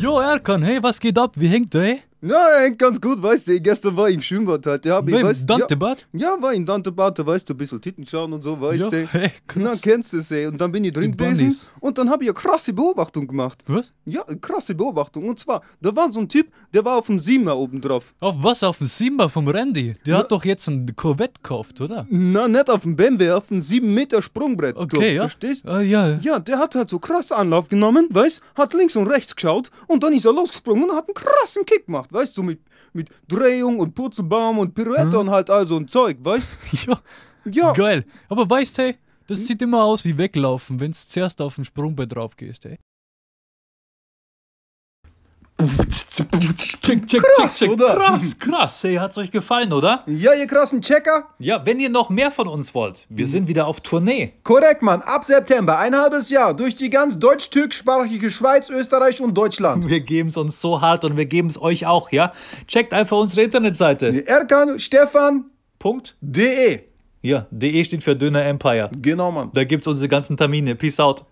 Hallo Erkan, hey, was geht ab? Wie hängt der, hey? Ja, hängt ganz gut, weißt du. Gestern war ich im Schwimmbad halt. Ja, hab ich, Beim weißt, ja, Dantebad? ja, war im Dantebad, da weißt du, ein bisschen Titten schauen und so, weißt du. hey, Na, krass. kennst du es, ey. Und dann bin ich drin Die gewesen Bunnies. und dann habe ich eine krasse Beobachtung gemacht. Was? Ja, eine krasse Beobachtung. Und zwar, da war so ein Typ, der war auf dem Siebener oben drauf. Auf was? Auf den Simba vom Randy? Der hat doch jetzt einen Corvette gekauft, oder? Na, nicht auf dem BMW, auf dem 7 Meter Sprungbrett. Okay, drauf, ja. Verstehst Ah, ja. Ja, der hat halt so krass Anlauf genommen, weißt, hat links und rechts geschaut und dann ist er losgesprungen und hat einen krassen Kick gemacht, weißt du, mit, mit Drehung und Purzelbaum und Pirouette Hm. und halt all so ein Zeug, weißt ja. Ja, Geil. Aber weißt, hey, das sieht immer aus wie weglaufen, wenn du zuerst auf den Sprungbrett drauf gehst, hey. Check, check, Krass, check, check. oder? Krass, krass. Hey, hat's euch gefallen, oder? ja, ihr krassen Checker. Ja, wenn ihr noch mehr von uns wollt, wir sind wieder auf Tournee. Korrekt, Mann. Ab September, ein halbes Jahr, durch die ganz deutsch-türkischsprachige Schweiz, Österreich und Deutschland. Wir geben es uns so hart und wir geben es euch auch, ja? Checkt einfach unsere Internetseite. Erkan Stefan Punkt. DE. Ja, de steht für Döner Empire. Genau, Mann. Da gibt's unsere ganzen Termine. Peace out.